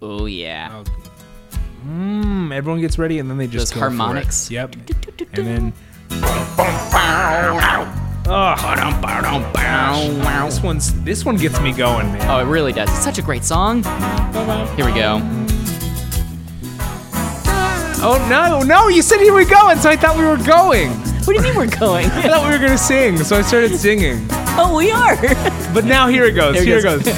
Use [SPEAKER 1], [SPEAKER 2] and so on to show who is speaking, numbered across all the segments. [SPEAKER 1] Oh yeah.
[SPEAKER 2] Mm, everyone gets ready, and then they just
[SPEAKER 1] Those
[SPEAKER 2] go for it.
[SPEAKER 1] harmonics.
[SPEAKER 2] Yep. And then
[SPEAKER 1] Oh.
[SPEAKER 2] this one's this one gets me going, man.
[SPEAKER 1] it really does. It's such a great song. Here we go.
[SPEAKER 2] Oh no, no! You said here we go, and so I thought we were going.
[SPEAKER 1] What do you mean we're going?
[SPEAKER 2] I thought we were gonna sing, so I started singing.
[SPEAKER 1] oh, we are.
[SPEAKER 2] But now here it goes.
[SPEAKER 1] There it
[SPEAKER 2] Here it
[SPEAKER 1] goes.
[SPEAKER 2] goes.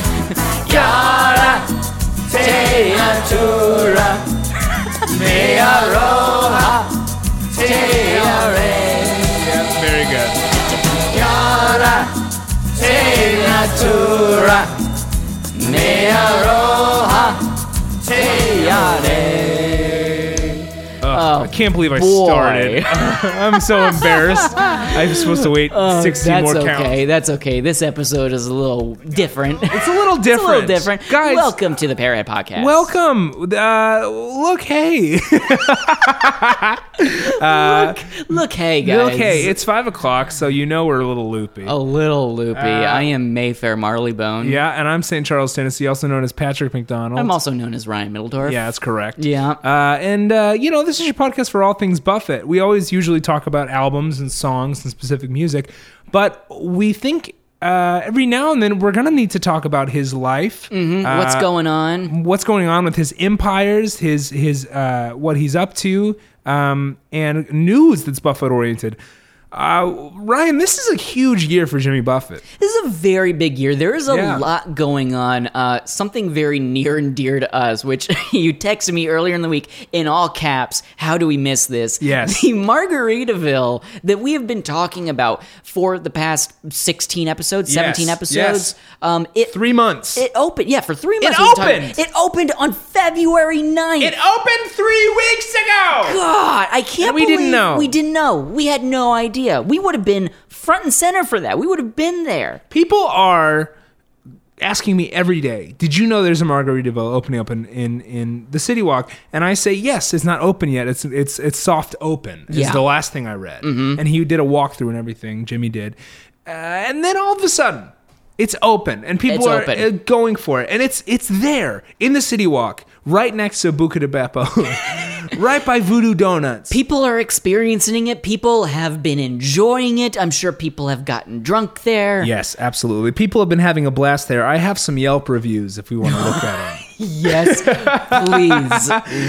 [SPEAKER 2] Yeah, very good.
[SPEAKER 1] Oh,
[SPEAKER 2] I can't believe I
[SPEAKER 1] boy.
[SPEAKER 2] started. I'm so embarrassed. I'm supposed to wait 16
[SPEAKER 1] Oh, that's
[SPEAKER 2] more
[SPEAKER 1] okay.
[SPEAKER 2] counts.
[SPEAKER 1] That's okay. This episode is a little different. It's
[SPEAKER 2] It's a little different.
[SPEAKER 1] a little different.
[SPEAKER 2] Guys,
[SPEAKER 1] welcome to the Parrot Podcast.
[SPEAKER 2] welcome. Uh, look, hey.
[SPEAKER 1] Look, hey guys.
[SPEAKER 2] okay, it's 5 o'clock, so you know we're a little loopy.
[SPEAKER 1] a little loopy. I am Mayfair Marleybone.
[SPEAKER 2] Uh, Yeah, and I'm St. Charles, Tennessee, also known as Patrick McDonald.
[SPEAKER 1] I'm also known as Ryan Middledorf.
[SPEAKER 2] Yeah, that's correct.
[SPEAKER 1] Yeah.
[SPEAKER 2] Uh, and, uh, you know, this is your podcast for all things Buffett. We always usually talk about albums and songs and specific music, but we think uh, every now and then we're going to need to talk about his life.
[SPEAKER 1] Mm-hmm.
[SPEAKER 2] Uh,
[SPEAKER 1] What's going on?
[SPEAKER 2] What's going on with his empires, his his uh, what he's up to, um, and news that's Buffett oriented. Uh, Ryan, this is a huge year for Jimmy Buffett.
[SPEAKER 1] This is a very big year. There is a
[SPEAKER 2] Yeah.
[SPEAKER 1] lot going on. Uh, something very near and dear to us, which you texted me earlier in the week in all caps. How do we miss this?
[SPEAKER 2] Yes.
[SPEAKER 1] The Margaritaville that we have been talking about for the past 16 episodes, 17
[SPEAKER 2] Yes,
[SPEAKER 1] episodes.
[SPEAKER 2] yes.
[SPEAKER 1] Um, it,
[SPEAKER 2] Three months.
[SPEAKER 1] It opened, yeah, for three months.
[SPEAKER 2] It
[SPEAKER 1] we've been talking-
[SPEAKER 2] opened!
[SPEAKER 1] It opened on February 9th.
[SPEAKER 2] It opened three weeks ago.
[SPEAKER 1] God, I can't
[SPEAKER 2] we didn't
[SPEAKER 1] believe
[SPEAKER 2] know.
[SPEAKER 1] We didn't know. We had no idea. We would have been front and center for that. We would have been there.
[SPEAKER 2] People are asking me every day, "Did you know there's a Margaritaville opening up in, in, in the City Walk?" And I say, "Yes, it's not open yet. It's it's it's soft open." Is
[SPEAKER 1] Yeah. Mm-hmm.
[SPEAKER 2] the last thing I read. And he did a walkthrough and everything. Jimmy did, uh, and then all of a sudden. It's open and
[SPEAKER 1] It's
[SPEAKER 2] people are
[SPEAKER 1] open.
[SPEAKER 2] uh, going for it, and it's it's there in the City Walk, right next to Buca di Beppo, right by Voodoo Donuts.
[SPEAKER 1] People are experiencing it. People have been enjoying it. I'm sure people have gotten drunk there.
[SPEAKER 2] Yes, absolutely. People have been having a blast there. I have some Yelp reviews if we want to look at them.
[SPEAKER 1] Yes, please.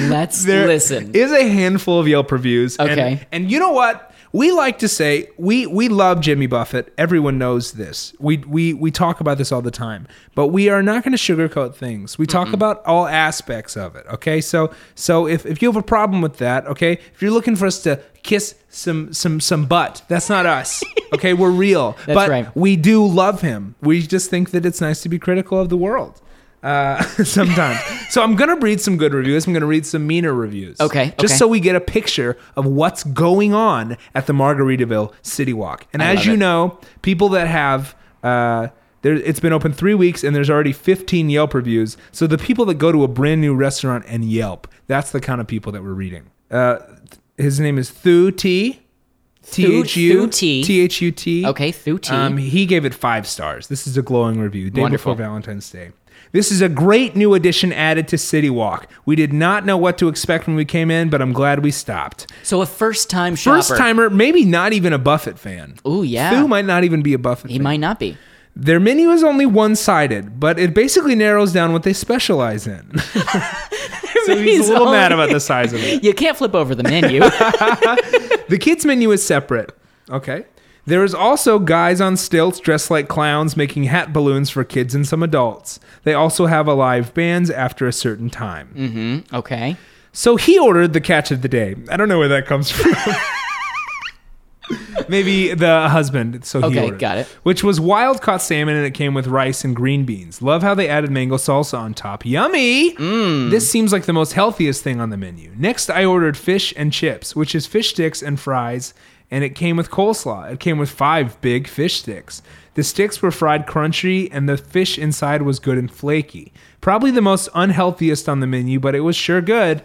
[SPEAKER 1] Let's
[SPEAKER 2] There
[SPEAKER 1] listen.
[SPEAKER 2] is a handful of Yelp reviews. and-
[SPEAKER 1] Okay.
[SPEAKER 2] And, you know what? We like to say we we love Jimmy Buffett. Everyone knows this. We we we talk about this all the time. But we are not going to sugarcoat things. We talk about all aspects of it. Okay. So so if, if you have a problem with that, okay, if you're looking for us to kiss some some some butt, that's not us. Okay, we're real.
[SPEAKER 1] That's
[SPEAKER 2] but
[SPEAKER 1] right.
[SPEAKER 2] we do love him. We just think that it's nice to be critical of the world uh, sometimes. so I'm gonna read some good reviews. I'm gonna read some meaner reviews.
[SPEAKER 1] Okay,
[SPEAKER 2] Just
[SPEAKER 1] okay.
[SPEAKER 2] so we get a picture of what's going on at the Margaritaville City Walk. And as
[SPEAKER 1] love
[SPEAKER 2] you
[SPEAKER 1] it.
[SPEAKER 2] know, people that have uh, there, it's been open three weeks and there's already 15 Yelp reviews. So the people that go to a brand new restaurant and Yelp, that's the kind of people that we're reading. Uh, his name is Thu T. T H U
[SPEAKER 1] Thu T.
[SPEAKER 2] T H U T.
[SPEAKER 1] Okay, Thu T.
[SPEAKER 2] Um, he gave it five stars. This is a glowing review. Day
[SPEAKER 1] Wonderful.
[SPEAKER 2] before Valentine's Day. This is a great new addition added to City Walk. We did not know what to expect when we came in, but I'm glad we stopped.
[SPEAKER 1] so a first-time shopper.
[SPEAKER 2] First timer, maybe not even a Buffett fan.
[SPEAKER 1] Ooh, yeah.
[SPEAKER 2] Fu might not even be a Buffett
[SPEAKER 1] He
[SPEAKER 2] fan.
[SPEAKER 1] might not be.
[SPEAKER 2] Their menu is only one sided, but it basically narrows down what they specialize in. so he's
[SPEAKER 1] He's
[SPEAKER 2] a little
[SPEAKER 1] only-
[SPEAKER 2] mad about the size of it.
[SPEAKER 1] You can't flip over the menu.
[SPEAKER 2] The kids' menu is separate. Okay. There is also guys on stilts dressed like clowns making hat balloons for kids and some adults. They also have a live bands after a certain time.
[SPEAKER 1] okay.
[SPEAKER 2] So he ordered the catch of the day. I don't know where that comes from. Maybe the husband. So he
[SPEAKER 1] Okay,
[SPEAKER 2] ordered,
[SPEAKER 1] got it.
[SPEAKER 2] Which was wild caught salmon, and it came with rice and green beans. Love how they added mango salsa on top. Yummy!
[SPEAKER 1] Mmm.
[SPEAKER 2] This seems like the most healthiest thing on the menu. Next, I ordered fish and chips, which is fish sticks and fries, and it came with coleslaw. It came with five big fish sticks. The sticks were fried crunchy, and the fish inside was good and flaky. Probably the most unhealthiest on the menu, but it was sure good.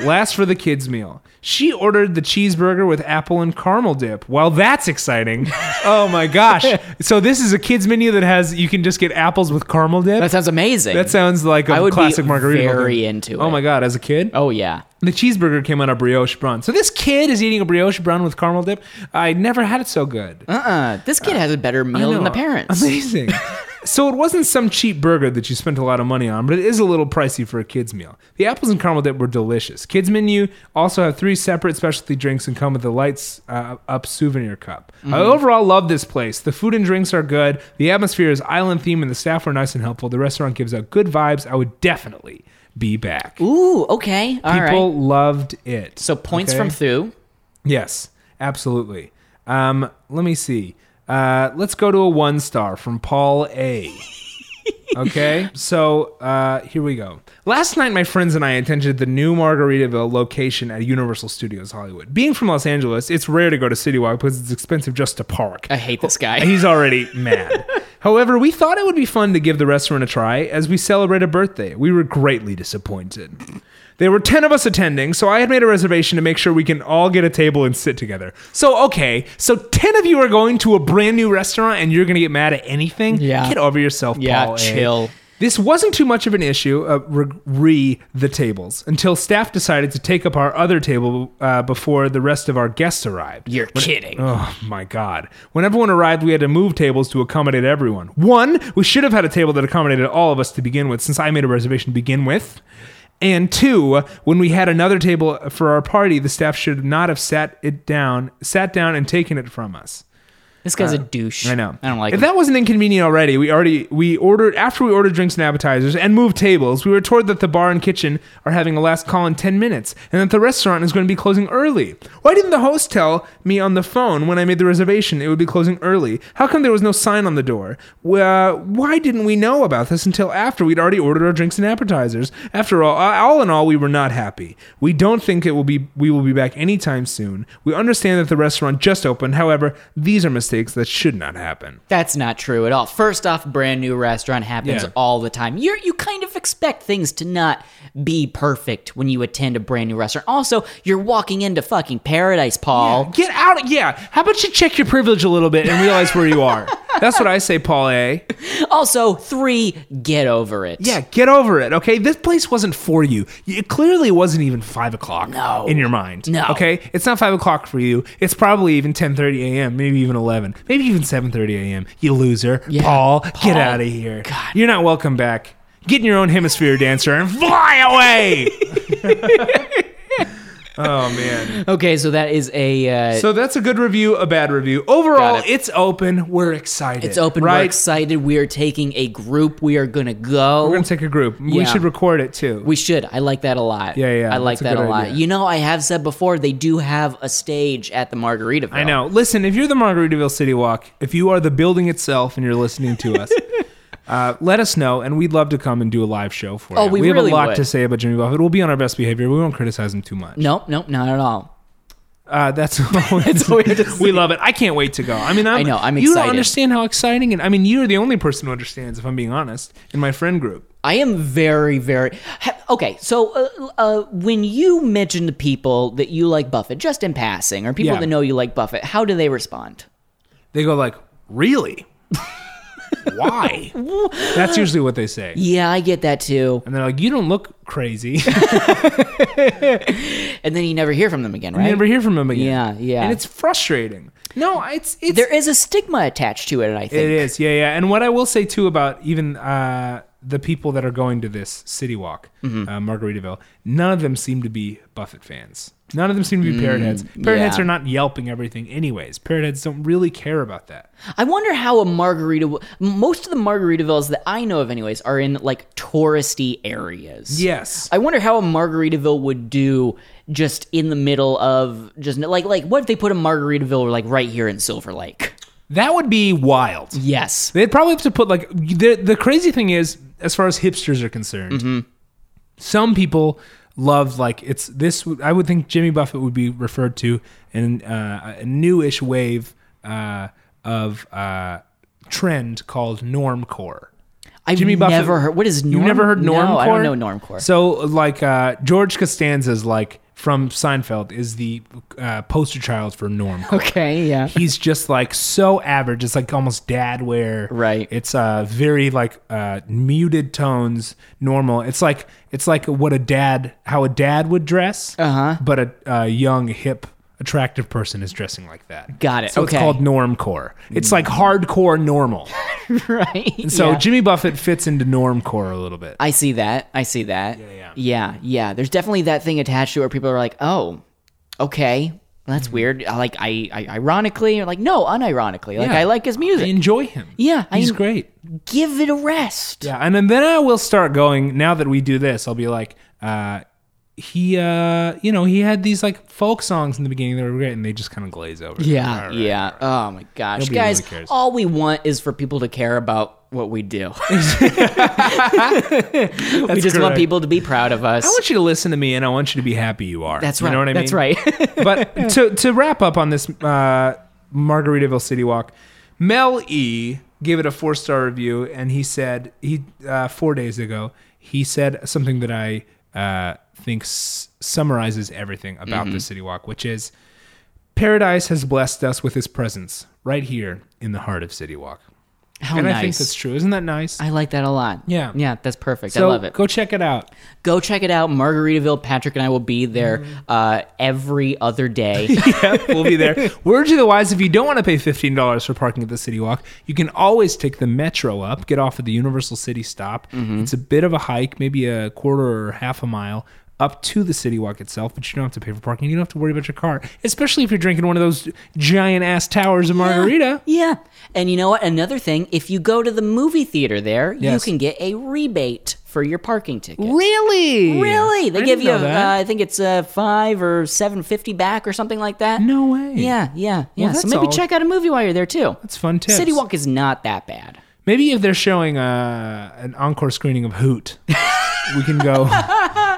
[SPEAKER 2] Last for the kids' meal. She ordered the cheeseburger with apple and caramel dip. Well, that's exciting. oh my gosh. So this is a kids menu that has you can just get apples with caramel dip.
[SPEAKER 1] That sounds amazing.
[SPEAKER 2] that sounds like a
[SPEAKER 1] I would be
[SPEAKER 2] classic margarita.
[SPEAKER 1] very
[SPEAKER 2] thing.
[SPEAKER 1] into
[SPEAKER 2] Oh
[SPEAKER 1] it.
[SPEAKER 2] my god, as a kid?
[SPEAKER 1] Oh yeah.
[SPEAKER 2] The cheeseburger came on a brioche bun. So this kid is eating a brioche bun with caramel dip. I never had it so good.
[SPEAKER 1] Uh uh This kid has a better meal than the parents.
[SPEAKER 2] Amazing. so it wasn't some cheap burger that you spent a lot of money on, but it is a little pricey for a kid's meal. The apples and caramel dip were delicious. Kids menu also have three separate specialty drinks and come with a lights uh, up souvenir cup.
[SPEAKER 1] Mm-hmm.
[SPEAKER 2] I overall love this place. The food and drinks are good. The atmosphere is island themed and the staff were nice and helpful. The restaurant gives out good vibes. I would definitely be back.
[SPEAKER 1] Ooh, okay. all right.
[SPEAKER 2] People loved it.
[SPEAKER 1] So points
[SPEAKER 2] Okay?
[SPEAKER 1] from Thu.
[SPEAKER 2] Yes, absolutely. Um, let me see. Uh, let's go to a one star from Paul A. okay, so uh, here we go. Last night, my friends and I attended the new Margaritaville location at Universal Studios Hollywood. Being from Los Angeles, it's rare to go to City Walk because it's expensive just to park.
[SPEAKER 1] I hate this guy.
[SPEAKER 2] He's already mad. However, we thought it would be fun to give the restaurant a try as we celebrate a birthday. We were greatly disappointed. There were 10 of us attending, so I had made a reservation to make sure we can all get a table and sit together. So, okay, so 10 of you are going to a brand new restaurant and you're going to get mad at anything?
[SPEAKER 1] Yeah.
[SPEAKER 2] Get over yourself,
[SPEAKER 1] Yeah,
[SPEAKER 2] Paul A.
[SPEAKER 1] chill.
[SPEAKER 2] This wasn't too much of an issue, uh, re, re the tables, until staff decided to take up our other table uh, before the rest of our guests arrived.
[SPEAKER 1] You're kidding.
[SPEAKER 2] Oh my God. When everyone arrived, we had to move tables to accommodate everyone. One, we should have had a table that accommodated all of us to begin with, since I made a reservation to begin with. And two, when we had another table for our party, the staff should not have sat it down, sat down and taken it from us.
[SPEAKER 1] this guy's a douche.
[SPEAKER 2] uh, I know.
[SPEAKER 1] I don't like
[SPEAKER 2] If
[SPEAKER 1] him.
[SPEAKER 2] that wasn't inconvenient already, we already we ordered after we ordered drinks and appetizers and moved tables. We were told that the bar and kitchen are having a last call in ten minutes, and that the restaurant is going to be closing early. Why didn't the host tell me on the phone when I made the reservation it would be closing early? How come there was no sign on the door? Well, why didn't we know about this until after we'd already ordered our drinks and appetizers? After all, uh, all in all, we were not happy. We don't think it will be we will be back anytime soon. We understand that the restaurant just opened. However, these are mistakes that should not happen.
[SPEAKER 1] That's not true at all. First off, brand new restaurant happens
[SPEAKER 2] Yeah.
[SPEAKER 1] all the time. You you kind of expect things to not be perfect when you attend a brand new restaurant. Also, you're walking into fucking paradise, Paul.
[SPEAKER 2] Get out. Yeah. How about you check your privilege a little bit and realize where you are? That's what I say, Paul A.
[SPEAKER 1] Also, three, get over it.
[SPEAKER 2] Yeah, get over it. Okay, this place wasn't for you. It clearly wasn't even five o'clock
[SPEAKER 1] No.
[SPEAKER 2] in your mind.
[SPEAKER 1] No.
[SPEAKER 2] okay, it's not five o'clock for you. It's probably even ten thirty a.m., maybe even eleven, maybe even seven thirty a.m. You loser, Paul, get
[SPEAKER 1] Paul.
[SPEAKER 2] out of here.
[SPEAKER 1] God.
[SPEAKER 2] you're not welcome back. Get in your own hemisphere, dancer, and fly away. oh man.
[SPEAKER 1] Okay, so that is a. Uh,
[SPEAKER 2] So that's a good review, a bad review. Overall,
[SPEAKER 1] Got it.
[SPEAKER 2] it's open. We're excited.
[SPEAKER 1] it's open. We're excited. We are taking a group. We are gonna go.
[SPEAKER 2] We're gonna take a group. We
[SPEAKER 1] Yeah.
[SPEAKER 2] should record it too.
[SPEAKER 1] We should. I like that a lot.
[SPEAKER 2] Yeah, yeah,
[SPEAKER 1] I like
[SPEAKER 2] that's a
[SPEAKER 1] that a,
[SPEAKER 2] good
[SPEAKER 1] lot.
[SPEAKER 2] idea.
[SPEAKER 1] You know, I have said before they do have a stage at the Margaritaville.
[SPEAKER 2] I know. Listen, if you're the Margaritaville City Walk, if you are the building itself and you're listening to us, uh, let us know, and we'd love to come and do a live show for
[SPEAKER 1] Oh,
[SPEAKER 2] you.
[SPEAKER 1] we
[SPEAKER 2] have
[SPEAKER 1] really
[SPEAKER 2] a lot
[SPEAKER 1] would.
[SPEAKER 2] to say about Jimmy Buffett. We'll be on our best behavior. We won't criticize him too much.
[SPEAKER 1] Nope, nope, not at all.
[SPEAKER 2] Uh, that's that's
[SPEAKER 1] all we have to say.
[SPEAKER 2] We love it. I can't wait to go. I mean, I'm,
[SPEAKER 1] I know, I'm
[SPEAKER 2] You don't
[SPEAKER 1] excited.
[SPEAKER 2] understand how exciting, and I mean, you're the only person who understands. If I'm being honest, in my friend group.
[SPEAKER 1] I am very, very ha- okay. So, uh, uh, when you mention to people that you like Buffett, just in passing, or people
[SPEAKER 2] Yeah.
[SPEAKER 1] that know you like Buffett, how do they respond?
[SPEAKER 2] they go like really why that's usually what they say
[SPEAKER 1] Yeah, I get that too.
[SPEAKER 2] and they're like you don't look crazy
[SPEAKER 1] And then you never hear from them again, right?
[SPEAKER 2] never hear from him again
[SPEAKER 1] Yeah, yeah.
[SPEAKER 2] and it's frustrating no it's it's
[SPEAKER 1] there is a stigma attached to it. I think.
[SPEAKER 2] it is yeah yeah and what i will say too about even uh the people that are going to this city walk uh, margaritaville none of them seem to be buffett fans none of them seem to be parrot heads parrot heads
[SPEAKER 1] yeah.
[SPEAKER 2] are not yelping everything anyways parrot heads don't really care about that
[SPEAKER 1] I wonder how a margarita. Most of the Margaritavilles that I know of, anyways, are in like touristy areas.
[SPEAKER 2] yes
[SPEAKER 1] I wonder how a Margaritaville would do just in the middle of just like like what if they put a Margaritaville like right here in Silver Lake?
[SPEAKER 2] that would be wild
[SPEAKER 1] Yes.
[SPEAKER 2] They'd probably have to put like the the crazy thing is as far as hipsters are concerned, some people love like it's this. I would think Jimmy Buffett would be referred to in uh, a newish wave uh, of uh, trend called normcore.
[SPEAKER 1] I've
[SPEAKER 2] Jimmy Buffett-
[SPEAKER 1] never heard what is norm?
[SPEAKER 2] You never heard normcore?
[SPEAKER 1] No, I don't know normcore.
[SPEAKER 2] So like uh, George Costanza's like from Seinfeld is the uh, poster child for Norm.
[SPEAKER 1] Okay, yeah.
[SPEAKER 2] He's just like so average. It's like almost dad wear.
[SPEAKER 1] Right.
[SPEAKER 2] It's uh very like uh muted tones, normal. It's like it's like what a dad how a dad would dress.
[SPEAKER 1] Uh-huh.
[SPEAKER 2] But a, a young hip attractive person is dressing like that.
[SPEAKER 1] Got it.
[SPEAKER 2] So
[SPEAKER 1] Okay.
[SPEAKER 2] it's called normcore. It's like hardcore normal.
[SPEAKER 1] right.
[SPEAKER 2] And so
[SPEAKER 1] yeah.
[SPEAKER 2] Jimmy Buffett fits into normcore a little bit.
[SPEAKER 1] I see that. I see that. Yeah,
[SPEAKER 2] yeah.
[SPEAKER 1] yeah, There's definitely that thing attached to it where people are like, "Oh, okay, that's
[SPEAKER 2] Hmm.
[SPEAKER 1] weird." I Like, I, I ironically, or like, no, unironically, like,
[SPEAKER 2] Yeah.
[SPEAKER 1] I like his
[SPEAKER 2] I
[SPEAKER 1] music.
[SPEAKER 2] enjoy him.
[SPEAKER 1] yeah, I
[SPEAKER 2] He's
[SPEAKER 1] en-
[SPEAKER 2] great.
[SPEAKER 1] give it a rest.
[SPEAKER 2] Yeah, and then, then I will start going. Now that we do this, I'll be like, uh, he, uh, you know, he had these like folk songs in the beginning that were great, and they just kind of glaze over.
[SPEAKER 1] Yeah,
[SPEAKER 2] All right.
[SPEAKER 1] yeah. Oh my gosh,
[SPEAKER 2] Nobody
[SPEAKER 1] guys!
[SPEAKER 2] really cares.
[SPEAKER 1] all we want is for people to care about what we do. we
[SPEAKER 2] That's
[SPEAKER 1] just want
[SPEAKER 2] correct.
[SPEAKER 1] people to be proud of us.
[SPEAKER 2] I want you to listen to me, and I want you to be happy you are.
[SPEAKER 1] that's
[SPEAKER 2] You
[SPEAKER 1] right.
[SPEAKER 2] know what I
[SPEAKER 1] That's
[SPEAKER 2] mean?
[SPEAKER 1] right.
[SPEAKER 2] but to to wrap up on this uh, Margaritaville City Walk, Mel E gave it a four star review, and he said he uh, four days ago he said something that I uh, think s- summarizes everything about
[SPEAKER 1] Mm-hmm.
[SPEAKER 2] the City Walk, which is paradise has blessed us with His presence right here in the heart of City Walk,
[SPEAKER 1] How
[SPEAKER 2] and
[SPEAKER 1] nice.
[SPEAKER 2] I think that's true. Isn't that nice?
[SPEAKER 1] I like that a lot.
[SPEAKER 2] Yeah.
[SPEAKER 1] yeah. That's perfect.
[SPEAKER 2] so
[SPEAKER 1] I love it.
[SPEAKER 2] go check it out.
[SPEAKER 1] go check it out margaritaville patrick and i will be there
[SPEAKER 2] Mm-hmm.
[SPEAKER 1] uh, every other day
[SPEAKER 2] Yep, we'll be there. Word to the wise: if you don't want to pay fifteen dollars for parking at the City Walk, you can always take the metro up, get off at the Universal City stop.
[SPEAKER 1] Mm-hmm.
[SPEAKER 2] It's a bit of a hike, maybe a quarter or half a mile up to the City Walk itself, but you don't have to pay for parking. You don't have to worry about your car, especially if you're drinking one of those giant ass towers of margarita.
[SPEAKER 1] yeah and you know what another thing if you go to the movie theater there
[SPEAKER 2] Yes.
[SPEAKER 1] you can get a rebate for your parking ticket
[SPEAKER 2] Really?
[SPEAKER 1] Really? They
[SPEAKER 2] I
[SPEAKER 1] give
[SPEAKER 2] didn't
[SPEAKER 1] you,
[SPEAKER 2] know
[SPEAKER 1] uh,
[SPEAKER 2] that.
[SPEAKER 1] I think it's uh, five or seven fifty back or something like that.
[SPEAKER 2] No way.
[SPEAKER 1] Yeah, yeah, yeah. so
[SPEAKER 2] that's
[SPEAKER 1] maybe
[SPEAKER 2] all.
[SPEAKER 1] check out a movie while you're there too.
[SPEAKER 2] That's fun tips.
[SPEAKER 1] City Walk is not that bad.
[SPEAKER 2] Maybe if they're showing uh, an encore screening of Hoot, we can go,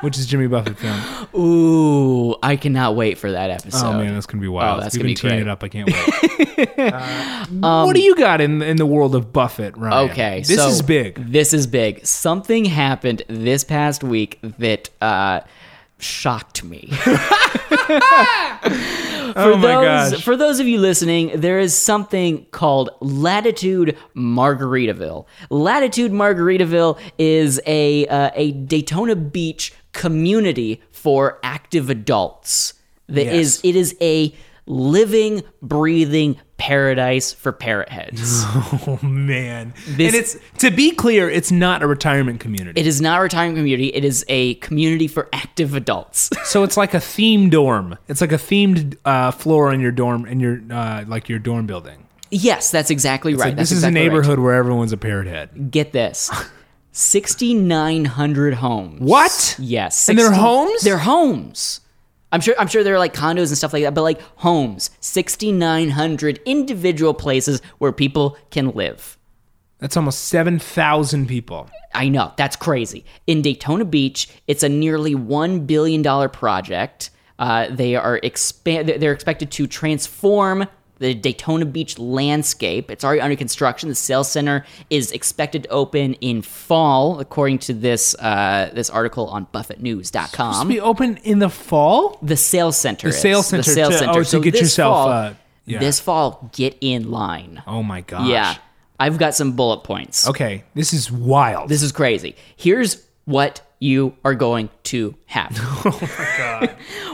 [SPEAKER 2] which is Jimmy Buffett film.
[SPEAKER 1] Ooh, I cannot wait for that episode.
[SPEAKER 2] Oh man, that's gonna be wild.
[SPEAKER 1] Oh, that's
[SPEAKER 2] We've
[SPEAKER 1] gonna
[SPEAKER 2] been
[SPEAKER 1] be
[SPEAKER 2] teeing
[SPEAKER 1] great. Um,
[SPEAKER 2] it up. I can't wait. Uh, what do you got in in the world of Buffett, Ryan?
[SPEAKER 1] Okay,
[SPEAKER 2] this
[SPEAKER 1] so
[SPEAKER 2] is big.
[SPEAKER 1] This is big. Something happened this past week that uh, shocked me.
[SPEAKER 2] Oh
[SPEAKER 1] for
[SPEAKER 2] my
[SPEAKER 1] those,
[SPEAKER 2] gosh.
[SPEAKER 1] For those of you listening, there is something called Latitude Margaritaville. Latitude Margaritaville is a uh, a Daytona Beach community for active adults. That is, it is a living, breathing paradise for parrot heads.
[SPEAKER 2] Oh man,
[SPEAKER 1] This-
[SPEAKER 2] and it's to be clear, it's not a retirement community.
[SPEAKER 1] It is not a retirement community. It is a community for active adults.
[SPEAKER 2] so it's like a theme dorm. It's like a themed uh, floor in your dorm in your uh, like your dorm building.
[SPEAKER 1] yes, that's exactly right.
[SPEAKER 2] Like,
[SPEAKER 1] That's
[SPEAKER 2] this is
[SPEAKER 1] exactly
[SPEAKER 2] a
[SPEAKER 1] right.
[SPEAKER 2] neighborhood where everyone's a parrot head.
[SPEAKER 1] Get this. 6900 homes.
[SPEAKER 2] What?
[SPEAKER 1] Yes.
[SPEAKER 2] And they're
[SPEAKER 1] 60
[SPEAKER 2] homes?
[SPEAKER 1] They're homes. I'm sure I'm sure there are like condos and stuff like that, but like homes, 6900 individual places where people can live.
[SPEAKER 2] That's almost seven thousand people.
[SPEAKER 1] I know, that's crazy. In Daytona Beach, it's a nearly 1 billion dollar project. Uh, they are expand they're expected to transform the Daytona Beach landscape. It's already under construction. The sales center is expected to open in fall, according to this uh, this article on BuffettNews.com.
[SPEAKER 2] We open in the fall.
[SPEAKER 1] the sales center. The
[SPEAKER 2] sales center
[SPEAKER 1] The sales
[SPEAKER 2] to-
[SPEAKER 1] center.
[SPEAKER 2] oh, to get
[SPEAKER 1] this
[SPEAKER 2] yourself,
[SPEAKER 1] fall-
[SPEAKER 2] uh, yeah.
[SPEAKER 1] This fall, get in line.
[SPEAKER 2] Oh my gosh.
[SPEAKER 1] Yeah, I've got some bullet points.
[SPEAKER 2] Okay, this is wild.
[SPEAKER 1] This is crazy. Here's what you are going to have.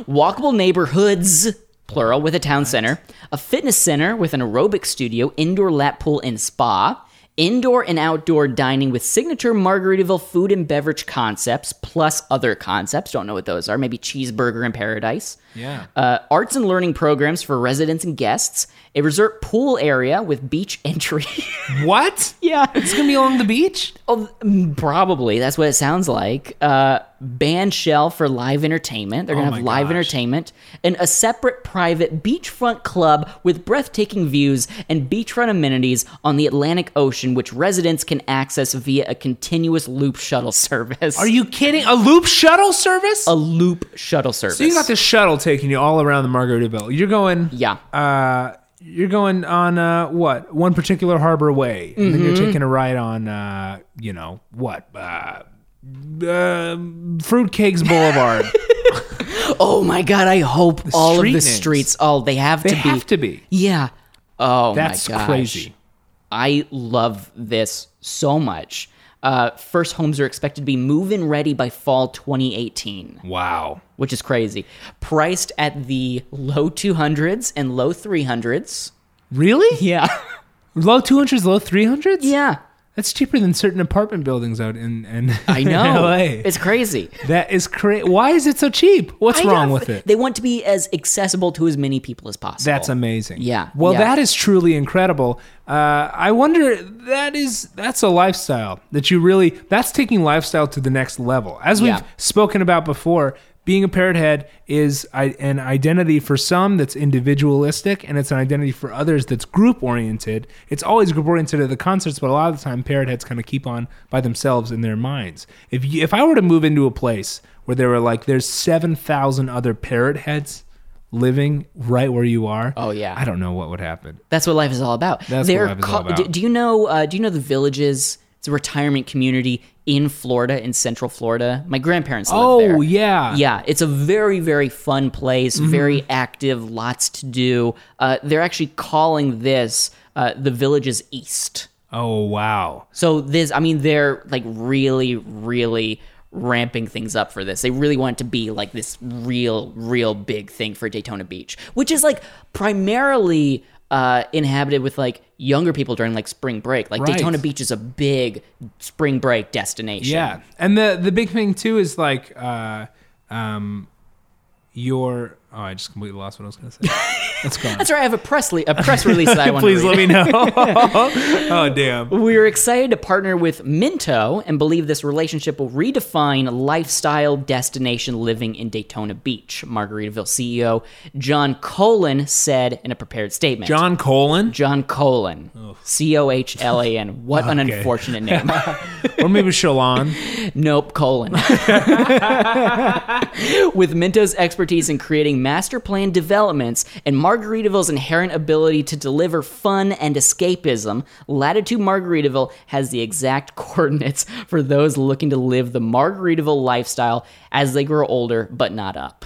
[SPEAKER 1] Walkable neighborhoods, plural, with a town center, a fitness center with an aerobic studio, indoor lap pool, and spa. Indoor and outdoor dining with signature Margaritaville food and beverage concepts, plus other concepts. Don't know what those are. Maybe cheeseburger in paradise
[SPEAKER 2] yeah.
[SPEAKER 1] uh, arts and learning programs for residents and guests, a resort pool area with beach entry.
[SPEAKER 2] What?
[SPEAKER 1] yeah.
[SPEAKER 2] It's gonna be along the beach.
[SPEAKER 1] Oh, mm, probably. That's what it sounds like. Uh, band shell for live entertainment. They're going to
[SPEAKER 2] Oh my
[SPEAKER 1] have live
[SPEAKER 2] gosh.
[SPEAKER 1] entertainment and a separate private beachfront club with breathtaking views and beachfront amenities on the Atlantic Ocean, which residents can access via a continuous loop shuttle service.
[SPEAKER 2] Are you kidding? A loop shuttle service?
[SPEAKER 1] a loop shuttle service?
[SPEAKER 2] so you got this shuttle taking you all around the Margaritaville. You're going.
[SPEAKER 1] Yeah.
[SPEAKER 2] Uh, you're going on uh, what
[SPEAKER 1] Mm-hmm.
[SPEAKER 2] one particular harbor way, and then you're taking a ride on uh, you know what uh, uh, Fruitcakes Boulevard.
[SPEAKER 1] Oh my god! I hope all of
[SPEAKER 2] uh, street
[SPEAKER 1] the
[SPEAKER 2] names.
[SPEAKER 1] streets. Oh, they have
[SPEAKER 2] they
[SPEAKER 1] to be.
[SPEAKER 2] have to be.
[SPEAKER 1] Yeah. Oh
[SPEAKER 2] That's
[SPEAKER 1] my gosh.
[SPEAKER 2] crazy.
[SPEAKER 1] I love this so much. Uh, first homes are expected to be move-in ready by fall 2018,
[SPEAKER 2] Wow.
[SPEAKER 1] which is crazy. Priced at the low 200s and low 300s.
[SPEAKER 2] Really?
[SPEAKER 1] Yeah.
[SPEAKER 2] Low 200s, low 300s?
[SPEAKER 1] yeah.
[SPEAKER 2] That's cheaper than certain apartment buildings out in, in
[SPEAKER 1] I know.
[SPEAKER 2] LA.
[SPEAKER 1] It's crazy.
[SPEAKER 2] that is crazy. Why is it so cheap? What's
[SPEAKER 1] I
[SPEAKER 2] wrong
[SPEAKER 1] know.
[SPEAKER 2] with it?
[SPEAKER 1] They want to be as accessible to as many people as possible.
[SPEAKER 2] That's amazing.
[SPEAKER 1] Yeah,
[SPEAKER 2] Well,
[SPEAKER 1] yeah.
[SPEAKER 2] that is truly incredible. Uh, I wonder that is that's a lifestyle that you really that's taking lifestyle to the next level. As we've
[SPEAKER 1] Yeah.
[SPEAKER 2] spoken about before, being a parrot head is i- an identity for some that's individualistic, and it's an identity for others that's group oriented. It's always group oriented at the concerts, but a lot of the time, parrot heads kind of keep on by themselves in their minds. If you, if I were to move into a place where there were like there's seven thousand other parrot heads living right where you are.
[SPEAKER 1] Oh, yeah.
[SPEAKER 2] I don't know what would happen.
[SPEAKER 1] That's what life is all about.
[SPEAKER 2] That's
[SPEAKER 1] They're
[SPEAKER 2] what life is all about.
[SPEAKER 1] Do, do you know? Uh, do you know the villages? It's a retirement community in Florida, in Central Florida. My grandparents live
[SPEAKER 2] Oh
[SPEAKER 1] there.
[SPEAKER 2] yeah.
[SPEAKER 1] Yeah, it's a very, very fun place,
[SPEAKER 2] Mm-hmm.
[SPEAKER 1] very active, lots to do. Uh, they're actually calling this uh, the Villages East.
[SPEAKER 2] Oh wow.
[SPEAKER 1] So, this, I mean, they're like really, really ramping things up for this. They really want it to be like this real, real big thing for Daytona Beach, which is like primarily uh, inhabited with like younger people during like spring break. Like,
[SPEAKER 2] Right.
[SPEAKER 1] Daytona Beach is a big spring break destination.
[SPEAKER 2] Yeah. And the the big thing too is like uh um your oh I just completely lost what I was gonna say. That's gone.
[SPEAKER 1] That's right. I have a press, le- a press release that I want
[SPEAKER 2] Please
[SPEAKER 1] to read.
[SPEAKER 2] let me know. oh damn.
[SPEAKER 1] We are excited to partner with Minto and believe this relationship will redefine lifestyle destination living in Daytona Beach. Margaritaville CEO John Colin said in a prepared statement.
[SPEAKER 2] John Colon?
[SPEAKER 1] John Colin, C O H L A N. What an
[SPEAKER 2] Okay.
[SPEAKER 1] unfortunate name.
[SPEAKER 2] Or maybe Shalon.
[SPEAKER 1] Nope, colon. With Minto's expertise in creating master plan developments and Margaritaville's inherent ability to deliver fun and escapism, Latitude Margaritaville has the exact coordinates for those looking to live the Margaritaville lifestyle as they grow older, but not up.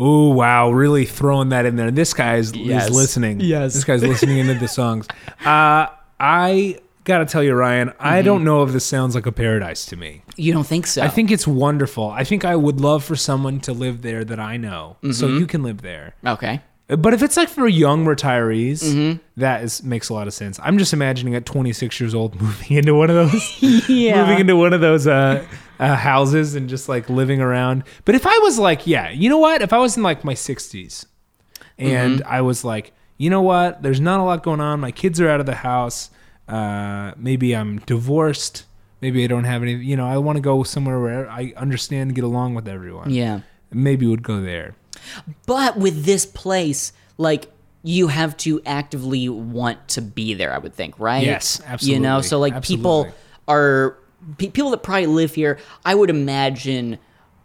[SPEAKER 2] Ooh, wow, really throwing that in there. This guy's
[SPEAKER 1] Yes.
[SPEAKER 2] is listening.
[SPEAKER 1] Yes.
[SPEAKER 2] This guy's listening into the songs. Uh I gotta tell you, Ryan,
[SPEAKER 1] Mm-hmm.
[SPEAKER 2] I don't know if this sounds like a paradise to me.
[SPEAKER 1] You don't think so?
[SPEAKER 2] I think it's wonderful. I think I would love for someone to live there that I know. So you can live there.
[SPEAKER 1] Okay.
[SPEAKER 2] But if it's like for young retirees, that is makes a lot of sense. I'm just imagining at 26 years old moving into one of those
[SPEAKER 1] Yeah.
[SPEAKER 2] moving into one of those uh, uh, houses and just like living around. But if I was like, yeah, you know what? If I was in like my 60s and
[SPEAKER 1] Mm-hmm.
[SPEAKER 2] I was like, you know what? There's not a lot going on. My kids are out of the house. Uh, maybe I'm divorced. Maybe I don't have any. You know, I want to go somewhere where I understand and get along with everyone.
[SPEAKER 1] yeah.
[SPEAKER 2] Maybe would go there.
[SPEAKER 1] But with this place, like you have to actively want to be there, I would think, right?
[SPEAKER 2] Yes,
[SPEAKER 1] You know,
[SPEAKER 2] absolutely,
[SPEAKER 1] so like people
[SPEAKER 2] absolutely.
[SPEAKER 1] are pe- people that probably live here, I would imagine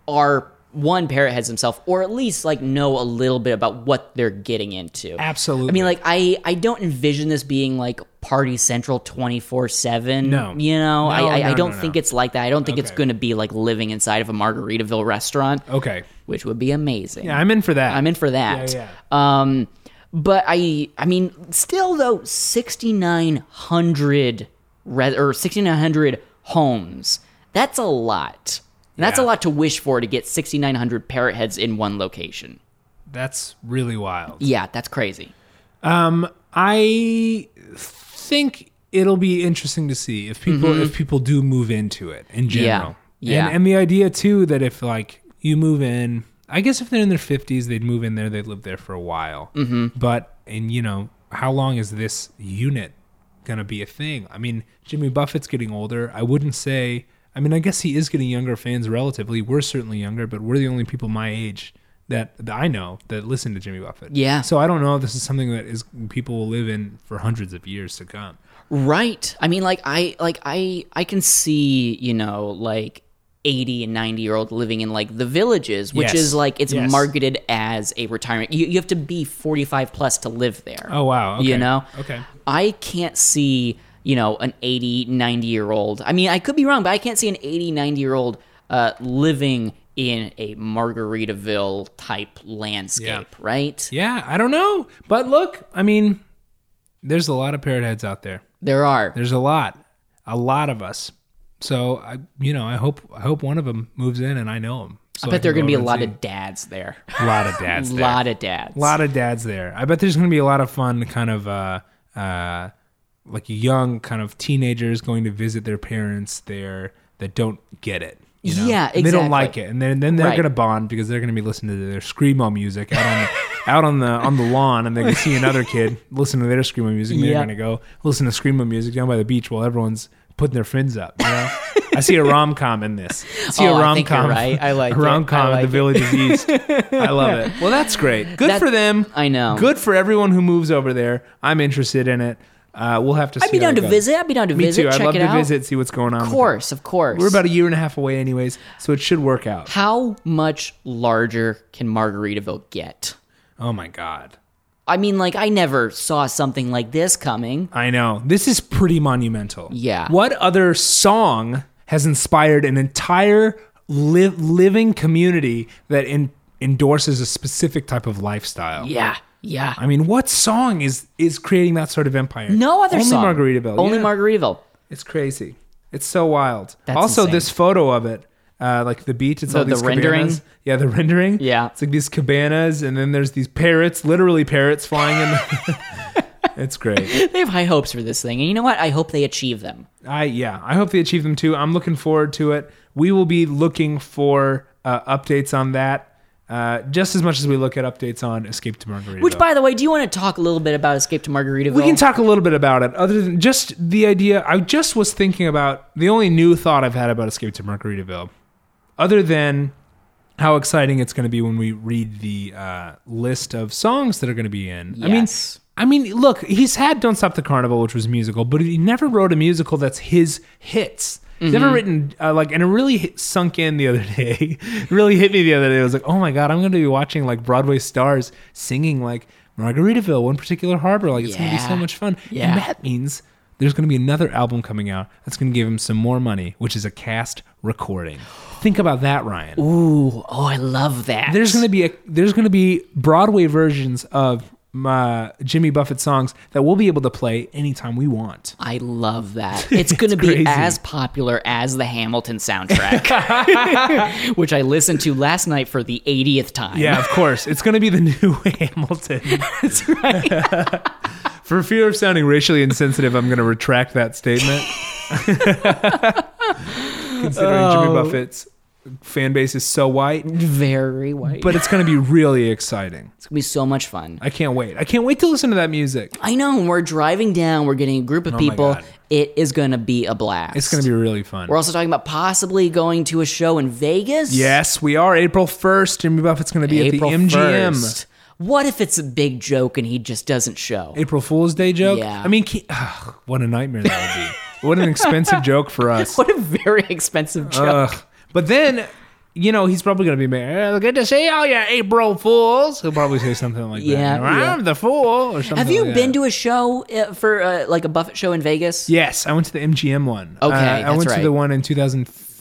[SPEAKER 1] are one parrot heads himself or at least like know a little bit about what they're getting into.
[SPEAKER 2] Absolutely.
[SPEAKER 1] I mean like I I don't envision this being like party central 24/7.
[SPEAKER 2] No.
[SPEAKER 1] You know, I
[SPEAKER 2] No,
[SPEAKER 1] I, I
[SPEAKER 2] no,
[SPEAKER 1] don't
[SPEAKER 2] no,
[SPEAKER 1] think
[SPEAKER 2] no.
[SPEAKER 1] it's like that. I don't think it's
[SPEAKER 2] Okay. Uh,
[SPEAKER 1] going to be like living inside of a Margaritaville restaurant,
[SPEAKER 2] Okay.
[SPEAKER 1] which would be amazing.
[SPEAKER 2] Yeah, I'm in for that.
[SPEAKER 1] I'm in for that.
[SPEAKER 2] Yeah,
[SPEAKER 1] Um, but I, I mean, still though, 6,900 re- or 6,900 homes. That's a lot. And That's a
[SPEAKER 2] Yeah.
[SPEAKER 1] lot to wish for to get 6,900 parrot heads in one location.
[SPEAKER 2] That's really wild.
[SPEAKER 1] Yeah, that's crazy.
[SPEAKER 2] Um, I think it'll be interesting to see if people if people do move into it in general.
[SPEAKER 1] Mm-hmm. Yeah.
[SPEAKER 2] And, and the idea too that if like you move in, I guess if they're in their fifties, they'd move in there. They'd live there for a while. Mm-hmm. But and you know how long is this unit gonna be a thing? I mean, Jimmy Buffett's getting older. I wouldn't say. I mean, I guess he is getting younger fans relatively. We're certainly younger, but we're the only people my age that, that I know that listen to Jimmy Buffett.
[SPEAKER 1] Yeah.
[SPEAKER 2] So I don't know if this is something that is people will live in for hundreds of years to come.
[SPEAKER 1] Right. I mean, like I, like I, I can see, you know, like 80 and 90 year old living in like the villages, which
[SPEAKER 2] Yes.
[SPEAKER 1] is like, it's
[SPEAKER 2] Yes.
[SPEAKER 1] marketed as a retirement. You, you have to be 45 plus to live there.
[SPEAKER 2] Oh wow. Okay.
[SPEAKER 1] You know?
[SPEAKER 2] Okay.
[SPEAKER 1] I can't see you know, an 80, 90 year old. I mean, I could be wrong, but I can't see an 80, 90 year old uh, living in a Margaritaville type landscape,
[SPEAKER 2] Yeah.
[SPEAKER 1] right?
[SPEAKER 2] Yeah, I don't know. But look, I mean, there's a lot of parrot heads out there.
[SPEAKER 1] There are.
[SPEAKER 2] There's a lot, a lot of us. So I, you know, I hope I hope one of them moves in and I know him. So
[SPEAKER 1] I bet there are
[SPEAKER 2] can
[SPEAKER 1] going to be a
[SPEAKER 2] over
[SPEAKER 1] lot
[SPEAKER 2] and
[SPEAKER 1] of dads there.
[SPEAKER 2] see him. lot of dads,
[SPEAKER 1] A
[SPEAKER 2] there.
[SPEAKER 1] lot of dads.
[SPEAKER 2] lot of dads there. I bet there's going to be a lot of fun, kind of, uh, uh, like young kind of teenagers going to visit their parents there that don't get it. you know?
[SPEAKER 1] Yeah,
[SPEAKER 2] And They don't
[SPEAKER 1] exactly.
[SPEAKER 2] like it, and then then they're
[SPEAKER 1] Right.
[SPEAKER 2] going to bond because they're going to be listening to their screamo music out on the, out on the on the lawn, and they can see another kid listen to their screamo music. and They're
[SPEAKER 1] Yeah.
[SPEAKER 2] going to go listen to screamo music down by the beach while everyone's putting their fins up. You know? I see a rom com in this. I see
[SPEAKER 1] Oh,
[SPEAKER 2] a
[SPEAKER 1] I
[SPEAKER 2] rom
[SPEAKER 1] think you're
[SPEAKER 2] com.
[SPEAKER 1] right. I like it. I
[SPEAKER 2] rom com
[SPEAKER 1] like
[SPEAKER 2] at
[SPEAKER 1] it.
[SPEAKER 2] the Village of East. I love it. Well, that's great. Good
[SPEAKER 1] That-
[SPEAKER 2] for them.
[SPEAKER 1] I know.
[SPEAKER 2] Good for everyone who moves over there. I'm interested in it. Uh, we'll have to. See
[SPEAKER 1] I'd be
[SPEAKER 2] how
[SPEAKER 1] down
[SPEAKER 2] it
[SPEAKER 1] to
[SPEAKER 2] goes.
[SPEAKER 1] visit. I'd be down to
[SPEAKER 2] Me
[SPEAKER 1] visit.
[SPEAKER 2] too.
[SPEAKER 1] Check
[SPEAKER 2] I'd love
[SPEAKER 1] it
[SPEAKER 2] to
[SPEAKER 1] out.
[SPEAKER 2] visit, see what's going on.
[SPEAKER 1] Of
[SPEAKER 2] with it.
[SPEAKER 1] course, of course.
[SPEAKER 2] We're about a year and a half away, anyways, so it should work out.
[SPEAKER 1] How much larger can Margaritaville get?
[SPEAKER 2] Oh my god.
[SPEAKER 1] I mean, like, I never saw something like this coming.
[SPEAKER 2] I know. This is pretty monumental.
[SPEAKER 1] Yeah.
[SPEAKER 2] What other song has inspired an entire li- living community that en- endorses a specific type of lifestyle?
[SPEAKER 1] Yeah, yeah.
[SPEAKER 2] I mean, what song is is creating that sort of empire?
[SPEAKER 1] no other
[SPEAKER 2] Only
[SPEAKER 1] song.
[SPEAKER 2] Margaritaville.
[SPEAKER 1] Only
[SPEAKER 2] yeah.
[SPEAKER 1] Margaritaville.
[SPEAKER 2] It's crazy. It's so wild.
[SPEAKER 1] That's
[SPEAKER 2] also,
[SPEAKER 1] insane.
[SPEAKER 2] this photo of it, uh, like the beach, it's
[SPEAKER 1] The-
[SPEAKER 2] all these
[SPEAKER 1] the rendering?
[SPEAKER 2] cabanas. Yeah, the rendering.
[SPEAKER 1] Yeah.
[SPEAKER 2] it's like these cabanas, and then there's these parrots, literally parrots flying in. The- it's great.
[SPEAKER 1] They have high hopes for this thing, and you know what? I hope they achieve them.
[SPEAKER 2] I yeah, I hope they achieve them too. I'm looking forward to it. We will be looking for uh, updates on that. Uh, just as much as we look at updates on Escape to Margarita.
[SPEAKER 1] Which, by the way, do you want to talk a little bit about Escape to Margaritaville?
[SPEAKER 2] We can talk a little bit about it. Other than just the idea, I just was thinking about the only new thought I've had about Escape to Margaritaville, other than how exciting it's going to be when we read the uh, list of songs that are going to be in.
[SPEAKER 1] Yes.
[SPEAKER 2] I mean, I mean, look, he's had "Don't Stop the Carnival," which was a musical, but he never wrote a musical that's his hits. He's
[SPEAKER 1] Mm-hmm.
[SPEAKER 2] never written uh, like, and it really hit, sunk in the other day. It really hit me the other day. I was like, oh my god, I'm going to be watching like Broadway stars singing like Margaritaville, One Particular Harbor. Like, it's going to be so
[SPEAKER 1] Yeah.
[SPEAKER 2] much fun.
[SPEAKER 1] Yeah.
[SPEAKER 2] And that means there's going to be another album coming out that's going to give him some more money, which is a cast recording. Think about that, Ryan.
[SPEAKER 1] Ooh, oh, I love that.
[SPEAKER 2] There's going to be a there's going to be Broadway versions of my Jimmy Buffett songs that we'll be able to play anytime we want.
[SPEAKER 1] I love that. It's going to be
[SPEAKER 2] crazy.
[SPEAKER 1] as popular as the Hamilton soundtrack, which I listened to last night for the 80th time.
[SPEAKER 2] Yeah, of course. It's going to be the new Hamilton.
[SPEAKER 1] That's right.
[SPEAKER 2] For fear of sounding racially insensitive, I'm going to retract that statement. Considering Jimmy Buffett's fan base is so white,
[SPEAKER 1] Very white.
[SPEAKER 2] but it's going to be really exciting.
[SPEAKER 1] it's going to be so much fun.
[SPEAKER 2] I can't wait. I can't wait to listen to that music.
[SPEAKER 1] I know. and We're driving down. We're getting a group of people.
[SPEAKER 2] Oh God.
[SPEAKER 1] It is going to be a blast.
[SPEAKER 2] It's going to be really fun.
[SPEAKER 1] We're also talking about possibly going to a show in Vegas.
[SPEAKER 2] yes, we are. April 1st, Jimmy Buffett's going to be
[SPEAKER 1] April
[SPEAKER 2] at the MGM.
[SPEAKER 1] 1st. What if it's a big joke and he just doesn't show?
[SPEAKER 2] April Fool's Day joke?
[SPEAKER 1] Yeah.
[SPEAKER 2] I mean, can, ugh, what a nightmare that would be. what an expensive joke for us.
[SPEAKER 1] What a very expensive
[SPEAKER 2] Oh,
[SPEAKER 1] joke.
[SPEAKER 2] Ugh. But then, you know, he's probably going to be mad. "Eh, Good to see all you April Fools. He'll probably say something like
[SPEAKER 1] Yeah,
[SPEAKER 2] that. You know, I'm the fool or something
[SPEAKER 1] Have you
[SPEAKER 2] like
[SPEAKER 1] been
[SPEAKER 2] that.
[SPEAKER 1] to a show uh, for uh, like a Buffett show in Vegas?
[SPEAKER 2] Yes, I went to the MGM one.
[SPEAKER 1] Okay,
[SPEAKER 2] Uh, I
[SPEAKER 1] that's
[SPEAKER 2] went to
[SPEAKER 1] right.
[SPEAKER 2] the one in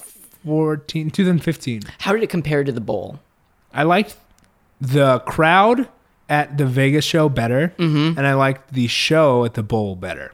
[SPEAKER 2] 2014, 2015.
[SPEAKER 1] How did it compare to the bowl?
[SPEAKER 2] I liked the crowd at the Vegas show better,
[SPEAKER 1] Mm-hmm.
[SPEAKER 2] and I liked the show at the bowl better.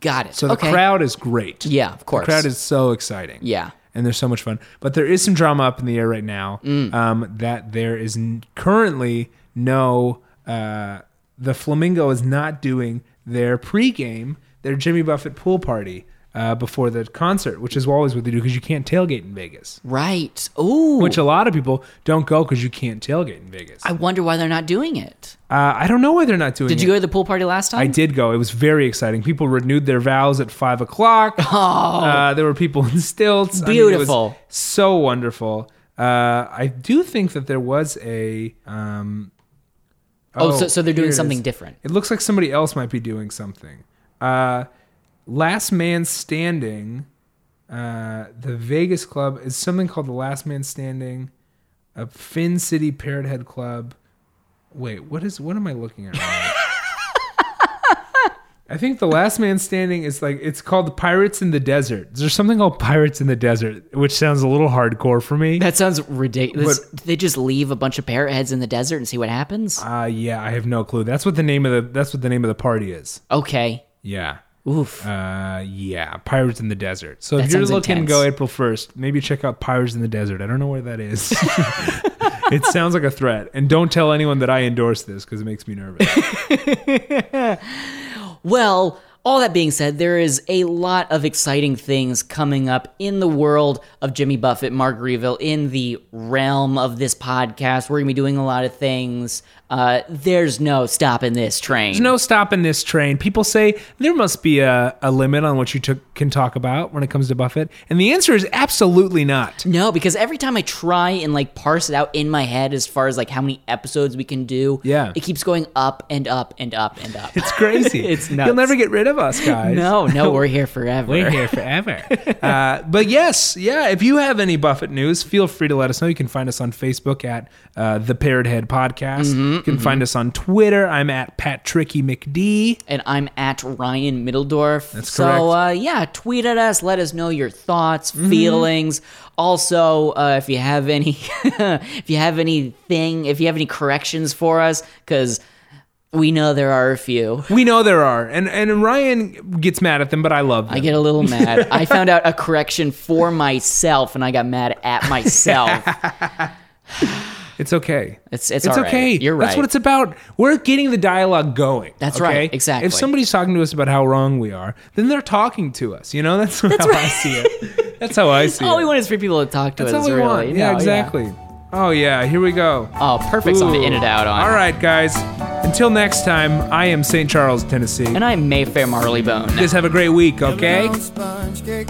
[SPEAKER 1] Got it.
[SPEAKER 2] So the
[SPEAKER 1] okay.
[SPEAKER 2] crowd is great.
[SPEAKER 1] Yeah, of course.
[SPEAKER 2] The crowd is so exciting.
[SPEAKER 1] Yeah.
[SPEAKER 2] And there's so much fun. But there is some drama up in the air right now
[SPEAKER 1] Mm.
[SPEAKER 2] um, that there is n- currently no, uh, the Flamingo is not doing their pregame, their Jimmy Buffett pool party uh, before the concert, which is always what they do because you can't tailgate in Vegas,
[SPEAKER 1] Right. Ooh.
[SPEAKER 2] which a lot of people don't go because you can't tailgate in Vegas.
[SPEAKER 1] I wonder why they're not doing it.
[SPEAKER 2] Uh, I don't know why they're not doing
[SPEAKER 1] Did
[SPEAKER 2] it.
[SPEAKER 1] you go to the pool party last time?
[SPEAKER 2] I did go. It was very exciting. People renewed their vows at five o'clock. Uh, there were people in stilts. I mean, it was
[SPEAKER 1] Oh. Beautiful.
[SPEAKER 2] so wonderful. Uh, I do think that there was a. Um,
[SPEAKER 1] Oh, so, so they're
[SPEAKER 2] here
[SPEAKER 1] doing
[SPEAKER 2] it is.
[SPEAKER 1] something different.
[SPEAKER 2] It looks like somebody else might be doing something. Uh, Last Man Standing, uh, the Vegas Club is something called the Last Man Standing, a Finn City Parrot Head Club. Wait, what is? What am I looking at? I think the last man standing is like it's called Pirates in the Desert. There's something called Pirates in the Desert, which sounds a little hardcore for me.
[SPEAKER 1] That sounds ridiculous. Did they just leave a bunch of parrot heads in the desert and see what happens?
[SPEAKER 2] Uh yeah, I have no clue. That's what the name of the that's what the name of the party is.
[SPEAKER 1] Okay.
[SPEAKER 2] Yeah.
[SPEAKER 1] Oof.
[SPEAKER 2] Uh yeah, Pirates in the Desert. So if
[SPEAKER 1] That
[SPEAKER 2] you're
[SPEAKER 1] sounds
[SPEAKER 2] looking
[SPEAKER 1] intense.
[SPEAKER 2] to go April 1st, maybe check out Pirates in the Desert. I don't know where that is. it sounds like a threat. And don't tell anyone that I endorse this cuz it makes me nervous.
[SPEAKER 1] Well, all that being said, there is a lot of exciting things coming up in the world of Jimmy Buffett, Mark Greville, in the realm of this podcast. We're going to be doing a lot of things. Uh, there's no stopping this train.
[SPEAKER 2] There's no stopping this train. People say there must be a, a limit on what you took, can talk about when it comes to Buffett. And the answer is absolutely not.
[SPEAKER 1] No, because every time I try and like parse it out in my head as far as like how many episodes we can do,
[SPEAKER 2] Yeah.
[SPEAKER 1] it keeps going up and up and up and up.
[SPEAKER 2] It's crazy.
[SPEAKER 1] It's nuts.
[SPEAKER 2] You'll never get rid of us, guys.
[SPEAKER 1] no, no, we're here forever.
[SPEAKER 2] We're here forever. uh, but yes, yeah, if you have any Buffett news, feel free to let us know. You can find us on Facebook at uh, The Parrot Head Podcast.
[SPEAKER 1] Mm-hmm,
[SPEAKER 2] you can find us on Twitter. I'm at Patricky McD.
[SPEAKER 1] and I'm at Ryan Middledorf. That's So
[SPEAKER 2] correct. Mm-hmm.
[SPEAKER 1] uh, yeah, tweet at us. Let us know your thoughts, feelings. Also, uh, if you have any, if you have anything, if you have any corrections for us, because we know there are a few.
[SPEAKER 2] We know there are. And, and Ryan gets mad at them, but I love them.
[SPEAKER 1] I get a little mad. I found out a correction for myself, and I got mad at myself.
[SPEAKER 2] It's okay.
[SPEAKER 1] It's- it's all right.
[SPEAKER 2] okay.
[SPEAKER 1] You're
[SPEAKER 2] That's
[SPEAKER 1] right.
[SPEAKER 2] what it's about. We're getting the dialogue going.
[SPEAKER 1] That's
[SPEAKER 2] okay?
[SPEAKER 1] right. Exactly.
[SPEAKER 2] If somebody's talking to us about how wrong we are, then they're talking to us. You know, that's, how I see it. That's how I see
[SPEAKER 1] all
[SPEAKER 2] it.
[SPEAKER 1] we want is for people to talk to
[SPEAKER 2] that's
[SPEAKER 1] us.
[SPEAKER 2] all we
[SPEAKER 1] really.
[SPEAKER 2] want.
[SPEAKER 1] No,
[SPEAKER 2] Yeah, exactly. Oh yeah, here we go.
[SPEAKER 1] Oh, perfect something
[SPEAKER 2] Ooh.
[SPEAKER 1] to end it out on.
[SPEAKER 2] All right, guys. Until next time, I am St. Charles, Tennessee.
[SPEAKER 1] And I'm Mayfair Marley Bone.
[SPEAKER 2] Just have a great week, okay?
[SPEAKER 3] Living on sponge cake.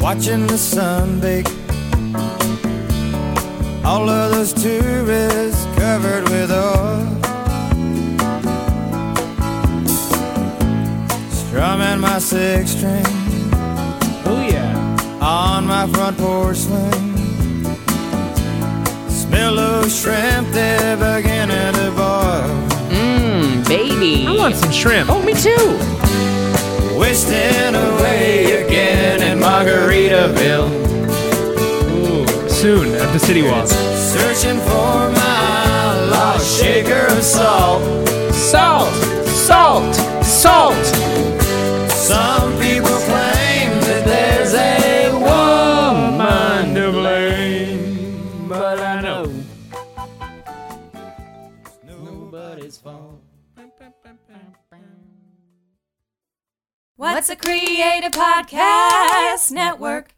[SPEAKER 3] Watching the sun bake. All of those tourists covered with oil. Strumming my six string
[SPEAKER 2] Oh yeah.
[SPEAKER 3] on my front porch swing. Smell of shrimp, they're beginning to boil.
[SPEAKER 1] Baby.
[SPEAKER 2] I want some shrimp.
[SPEAKER 1] oh, me too.
[SPEAKER 3] Wasting away again in Margaritaville.
[SPEAKER 1] Oh.
[SPEAKER 2] Ooh, soon at the City Walk.
[SPEAKER 3] Searching for my lost shaker of salt.
[SPEAKER 2] Salt, salt, salt.
[SPEAKER 3] Some people claim that there's a
[SPEAKER 2] Mind to blame, but I know.
[SPEAKER 3] nobody's fault.
[SPEAKER 4] What's a Creative Podcast Network?